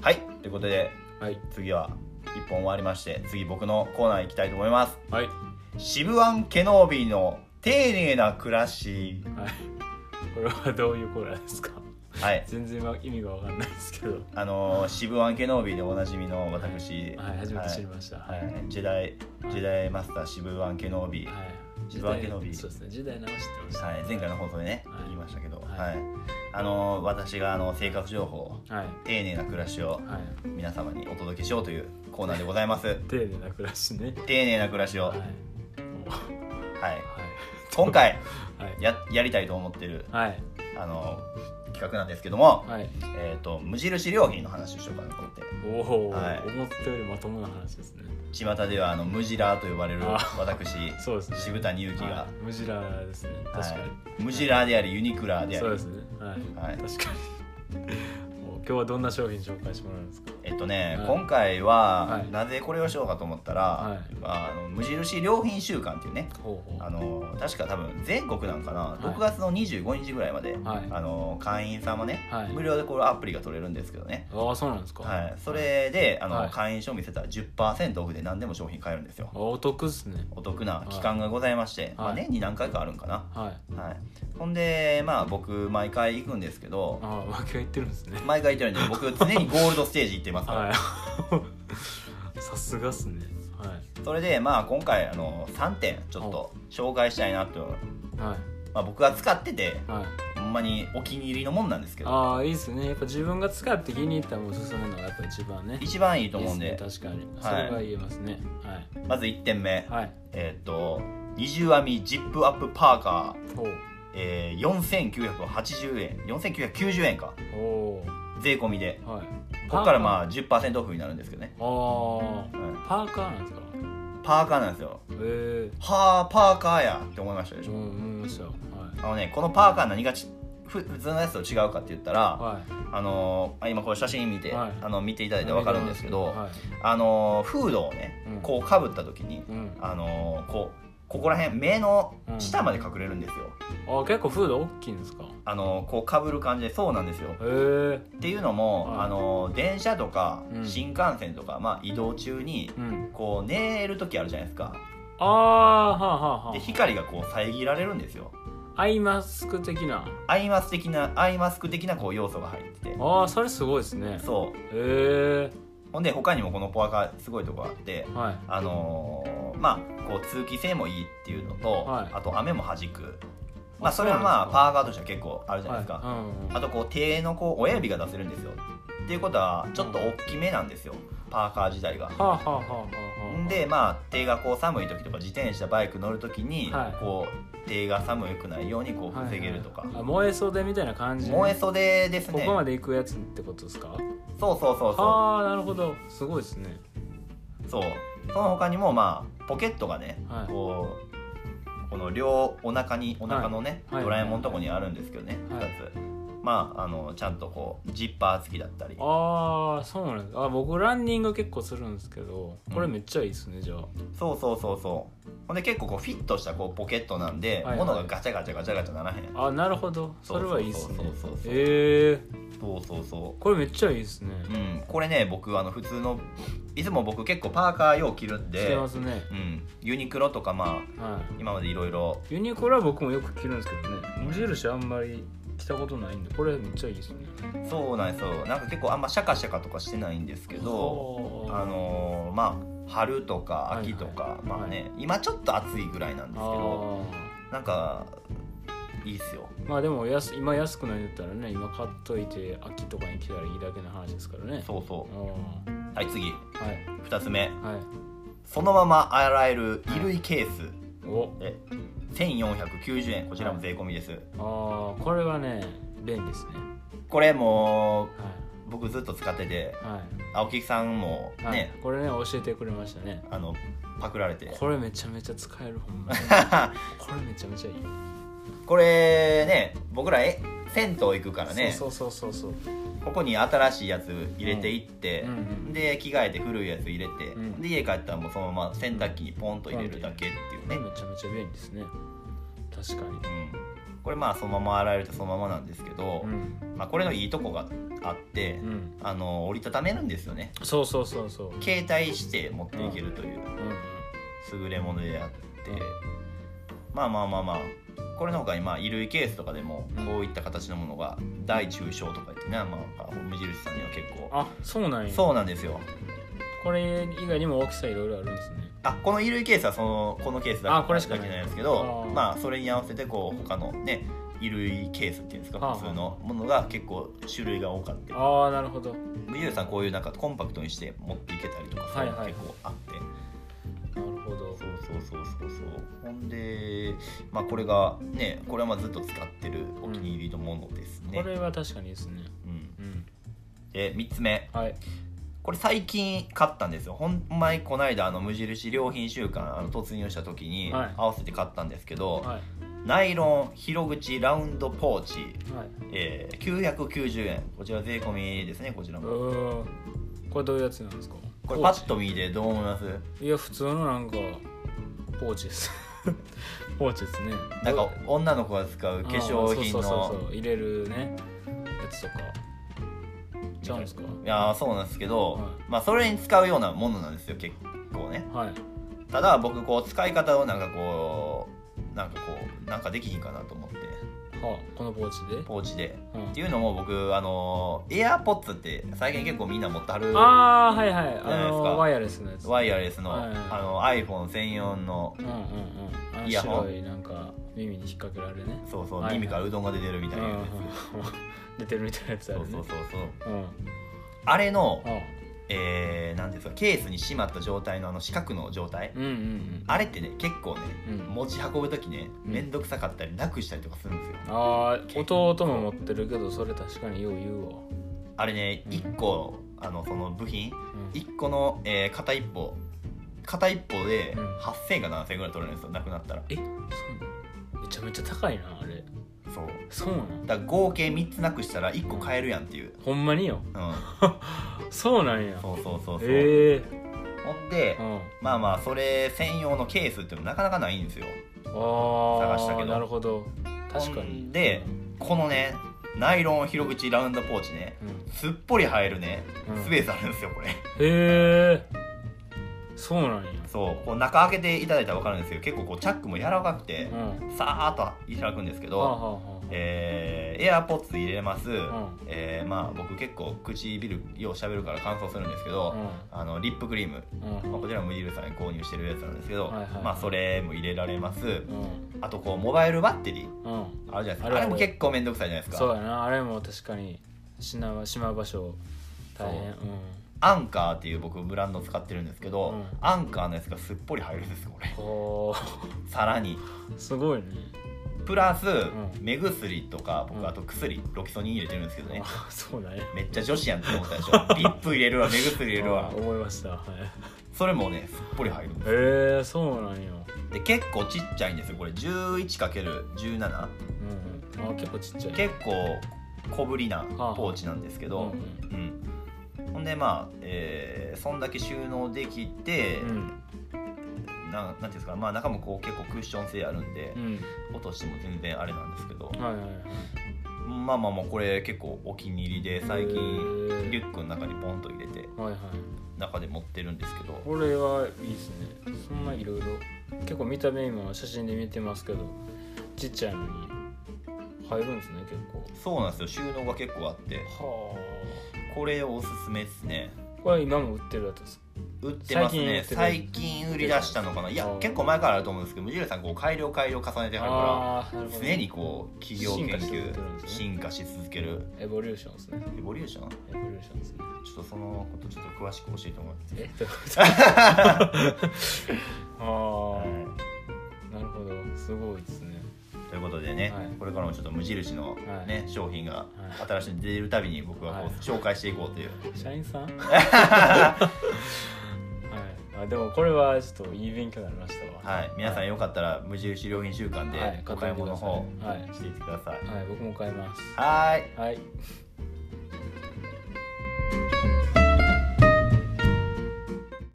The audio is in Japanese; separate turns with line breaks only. はいということで
はい
次は1本終わりまして次僕のコーナー行きたいと思います
はい
シブワン・ケノービーの丁寧な暮らし
はいこれはどういうコーナーですか
はい
全然わ意味がわかんないですけど
あのーシブワン・ケノービーでおなじみの私
はい初めて知りました
は
はいい
はいジェダイジェダイマスターシブワン・ケノービー
時
一番
代
手伸び
そうですね時代直してました
はい、前回の放送でね、
はい
言いましたけど、は
はいい
あのー私があの生活情報
はい
丁寧な暮らしを
はい
皆様にお届けしようというコーナーでございます
丁寧な暮らしね
丁寧な暮らしを、
は
はいい
もう
今回
はい
ややりたいと思ってる、
はい
あのー企画なんですけども、
はい
えー、と無印良品の話をしようかなと思って
おお、
はい
思ったよりまともな話ですね
巷ではあの無ジラーと呼ばれる
あ
私
そうですね
渋谷
は
祐
い
希が、
ムジラーですね
は
確かに、
い、無ジラーでありユニクラーであ
そう
り、
ですねはい、
はい
確かに もう今日はどんな商品紹介してもらうんですか
えっとね、
はい
今回は、
はい
なぜこれをしようかと思ったら、
はい
あの無印良品週間っていうね
ほうほう
あの確か多分全国なんかな、
い
6月の25日ぐらいまで、
はい
あの会員様ね、
はい
無料でこれアプリが取れるんですけどね、
ああそうなんですか
はい、それであの、
はい
会員証見せたら10%オフで何でも商品買えるんですよ
あお得っすね
お得な期間がございまして、まあ、
はい
年に何回かあるんかな、
はい
はい、ほんでまあ僕毎回行くんですけど
ああ訳が言ってるんですね
毎回行ってるんで僕常にゴールドステージ行ってますから、
はい さすがっすねはい
それでまあ今回あの3点ちょっと紹介したいなと、
はい
まあ、僕が使ってて
はい
ほんまにお気に入りのもんなんですけど
ああいいですねやっぱ自分が使って気に入ったものを進むのがやっぱ一番ねいい
一番いいと思うんで
っすね確かに、
はい
それは言えますねは
まず1点目
いはい
えーっ、と二重編みジップアップパーカー、
ほう
えー、4980円4990円か
ほ
税込みで
うはい
ここから
あ
まあ10%オフになるんですけどね、
あー
うん
パーカーなんですか
パーカーなんですよ
へえ
はあパーカーやって思いましたでしょ、
うん思いましたよはい
あのねこのパーカー何がちふ普通のやつと違うかって言ったら、
はい
あのーあ今これ写真見て、
はい
あの見ていただいて分かるんですけど、
はい
あのーフードをね
うん
こうかぶった時に、
うん、あ
あのーこうここら辺目の下まで隠れるんですよ、
ー結構フード大きいんですかへ
あのーこうかぶる感じでそうなんですよ
えー、
っていうのも、
はい
あのー電車とか
うん
新幹線とか、まあ、移動中に
うん
こう寝る時あるじゃないですか
ああはあはあは
で光がこう遮られるんですよ
あアイマスク的な
アイマス的なアイマスク的なこう要素が入ってて
ああそれすごいですね
そう
へえ
ほんで他にもこのポアカすごいとこあって
ー、はい
あのーまあこう通気性もいいっていうのと、
はい
あと雨も弾くまあそれは
そうなん
まあ
ですか
パーカーとしては結構あるじゃないですか、
はいうんうん
あとこう手のこう親指が出せるんですよっていうことはちょっと大きめなんですよパーカー自体が
はあはあはあはあ
んでまあ手がこう寒い時とか自転車バイク乗る時に、
はい
こう手が寒くないようにこう
はい
防げるとか、
あ燃え袖みたいな感じ
燃え袖です
こ
ね
こまで行くやつってことですか
そうそうそうそう
ああなるほどすごいですね
そうその他にもまあポケットがね、
はい
こうこの両お腹にお腹のね、
はいはい
ドラえもんとこにあるんですけどね、
はい
2つまああのちゃんとこうジッパー付きだったり
ああそうなんですあ僕ランニング結構するんですけどこれめっちゃいいですねじゃあ
そうそうそうそうほんで結構こうフィットしたこうポケットなんで、
はいはい
物がガチャガチャガチャガチャならへん
あなるほどそれはいいですね
そうそうそうそう
ええ
そうそうそ
これめっちゃいいですね
ううんこれね僕あの普通のいつも僕結構パーカー用着るん
して
で
ますね
うん、ユニクロとかまあ
は
今までいろいろ
いユニクロは僕もよく着るんですけどね無印あんまり着たことないんでこれめっちゃいいですね
そうなんですよなんか結構あんまシャカシャカとかしてないんですけどあのーまあ春とか秋とか、
はいはい
まあね、今ちょっと暑いぐらいなんですけど
ああ
なんかいいっすよ
まあでも安今安くないんだったらね今買っといて秋とかに来たらいいだけの話ですからね
そうそ
うん
うはい次
はい
2つ目
はい
そのまま洗える衣類ケース
お
で1490円こちらも税込みです
ああこれはね便利ですね
これも
は
う僕ずっと使ってて
いは
青木さんも
い、
ね、
はいこれね教えてくれましたね
あのパクられて
これめちゃめちゃ使えるほん まにこれめちゃめちゃいい
これね僕らえ銭湯行くからね
そうそうそうそうそう
ここに新しいやつ入れていって、
うんうん
で着替えて古いやつ入れて、
うん
で家帰ったらもうそのまま洗濯機にポンと入れるだけっていう
これ
ね、
めちゃめちゃ便利ですね確か
う
に
ん、これまあそのまま洗えるとそのままなんですけど、
うん
まあ、これのいいとこがあって、
うん
あの折りたためるんですよね
そうそうそうそう
携帯して持っていけるという
うん
優れものであって、まあまあまあまあこれのほかにまあ衣類ケースとかでもこういった形のものが大中小とか言ってね、まあ、無印さんには結構
あそうなんや
そうなんですよ
これ以外にも大きさいろいろあるんですね
あこの衣類ケースはそのこのケースだ
あこれしか
だ
ない
けなんですけ
あ
ど
ー
まあそれに合わせてこう他のね衣類ケースっていうんです
はあ
か普通のものが結構種類が多かって
ああなるほどな
でゆうさんこういうなんかコンパクトにして持っていけたりとかそういうの
はいはい
結構あって、
るほど
そうそうそうそうそうほんでまあこれがねこれはまあずっと使ってるお気に入りのものですね、
こ
うん
れは確かにですねうん
で3つ目
はい
これ最近買ったんですよほんまにこの間あの無印良品週間あの突入した時に
はい
合わせて買ったんですけど、
はい
ナイロン広口ラウンドポーチ、
はい
えー、990円こちら税込みですねこちら
う
も
ーんこれどういうやつなんですか
これパッと見てどう思います
いや普通のなんかポーチです ポーチですね
なんか女の子が使う化粧品
あーそうそうそ
の
うそう入れるねやつとかちゃうんですか
いやーそうなんですけど、
はい
まあそれに使うようなものなんですよ結構ね
はい
ただ僕こう使い方をなんかこうなんかこうなんかできひんかなと思って
はあこのポーチで、
ポーチで
うん
っていうのも僕あのエアポッツって最近結構みんな持ってはる
ああはいはい
じゃない
あ
です
の
か
ワイヤレスのやつ
ワイヤレスの,、
はい
あの iPhone 専用の
うんうんうんあの
イヤホン
白いなんか耳に引っ掛けられるね
そうそう、
はいはい
耳からうどんが出てるみた
う
い
ん
な
う
や
んうん 出てるみたいなや
つ、
つある
そうそ
ね
うそうそう
うんあ
あれの
あ
えー、なんていうんですかケースにしまった状態のあの四角の状態、
うんうんうん
あれってね結構ね、
うん
持ち運ぶ時ね
うん
面倒くさかったりなくしたりとかするんですよ
あー弟も持ってるけどそれ確かによう言うわ、
あれね
うん
1個あのその部品
うん
1個の、えー片一方片一方で
うん
8000円か7000円ぐらい取れるんですよなくなったら
えそうなのめちゃめちゃ高いなあれ
そう
そうなの
だから合計3つなくしたら1個買えるやんっていう
ほんまによ
うん
そうなんや
そうそうそうそう、
え
ほんで
えうん
まあまあそれ専用のケースっていうのもなかなかないんですよ
あ
探
あ
したけど
なるほど確か
ほ
に
んでこのねナイロン広口ラウンドポーチね
うん
すっぽり入るね
うん
スペースあるんですよこれ
へえそうなんや
そうこう中開けていただいたら分かるんですけど結構こうチャックも柔らかくて
うんは
さーっと開くんですけ
あは
ど
あはあ
えー、エアポッツ入れます、
ん
えーまあ僕結構唇よう喋るから乾燥するんですけど、あのリップクリーム、
うんうん
まあ、こちらも無印さんに購入してるやつなんですけど、
はいはい
まあそれも入れられます
うん
あとこうモバイルバッテリー
うん
あるじゃないですか
あ
あ
るある
れも結構面倒くさいじゃないです
そう
か
やなあれも確かにしなしまう場所大変うん
アンカーっていう僕ブランド使ってるんですけど、
うん
アンカーのやつがすっぽり入るんですよこれ
お
さらに
ー すごいね
プラス、
ん
目薬とか
うん
僕あと薬ロキソニン入れてるんですけどね、
あ そうなんや
めっちゃ女子やんって思ったで しょリップ入れるわ目薬入れる
あ
わ
ー思いましたはい
それもねすっぽり入るんです
へえそうなんや
で結構ちっちゃいんですよこれ 11×17
うんあ結構ちっちゃい
結構小ぶりなポーチなんですけど、
うんうん
うんほんでまあ、えーそんだけ収納できて、
うん
ななんていうんですか、まあ、中もこう結構クッション性あるんで
う、ん
落としても全然あれなんですけど、
はいはいはい
まあまあまあこれ結構お気に入りで最近
へー
リュックの中にポンと入れて
はいはい
中で持ってるんですけど
これはいいですねそんないろいろ結構見た目今写真で見てますけどちっちゃいのに入るんですね結
そうなんですよ収納が結構あって
構は
これおすすめですね
あこれ今も売ってるやつです
売ってますね
最
最
近
近
売ってる
売り出したのかないや
あー
結構前からあると思うんですけど無印さんこう改良改良重ねては
ああーな
る
る
から
ほど
常にこう企業研
進化し続けてるん
究
ですね
進化し続ける
エボリューションですね
エボリューションち
エボリューションですね
ょっとそのことちょっと詳しく教えてもらって
えどういう ことあ
は
あなるほどすごいですね
いということでね、
はい
これからもちょっと無印の、ね商品が
はい
新しいの出るたびに僕はこう、
はい
紹介していこうという
社 員さんはいあでもこれはちょっといい勉強になりましたわ
はい、皆さんよかったら無印良品週間
は
で
い
お買い物の方
買ってみてくださいはい
していってください。
はい、僕も買います。
はーい。
はい。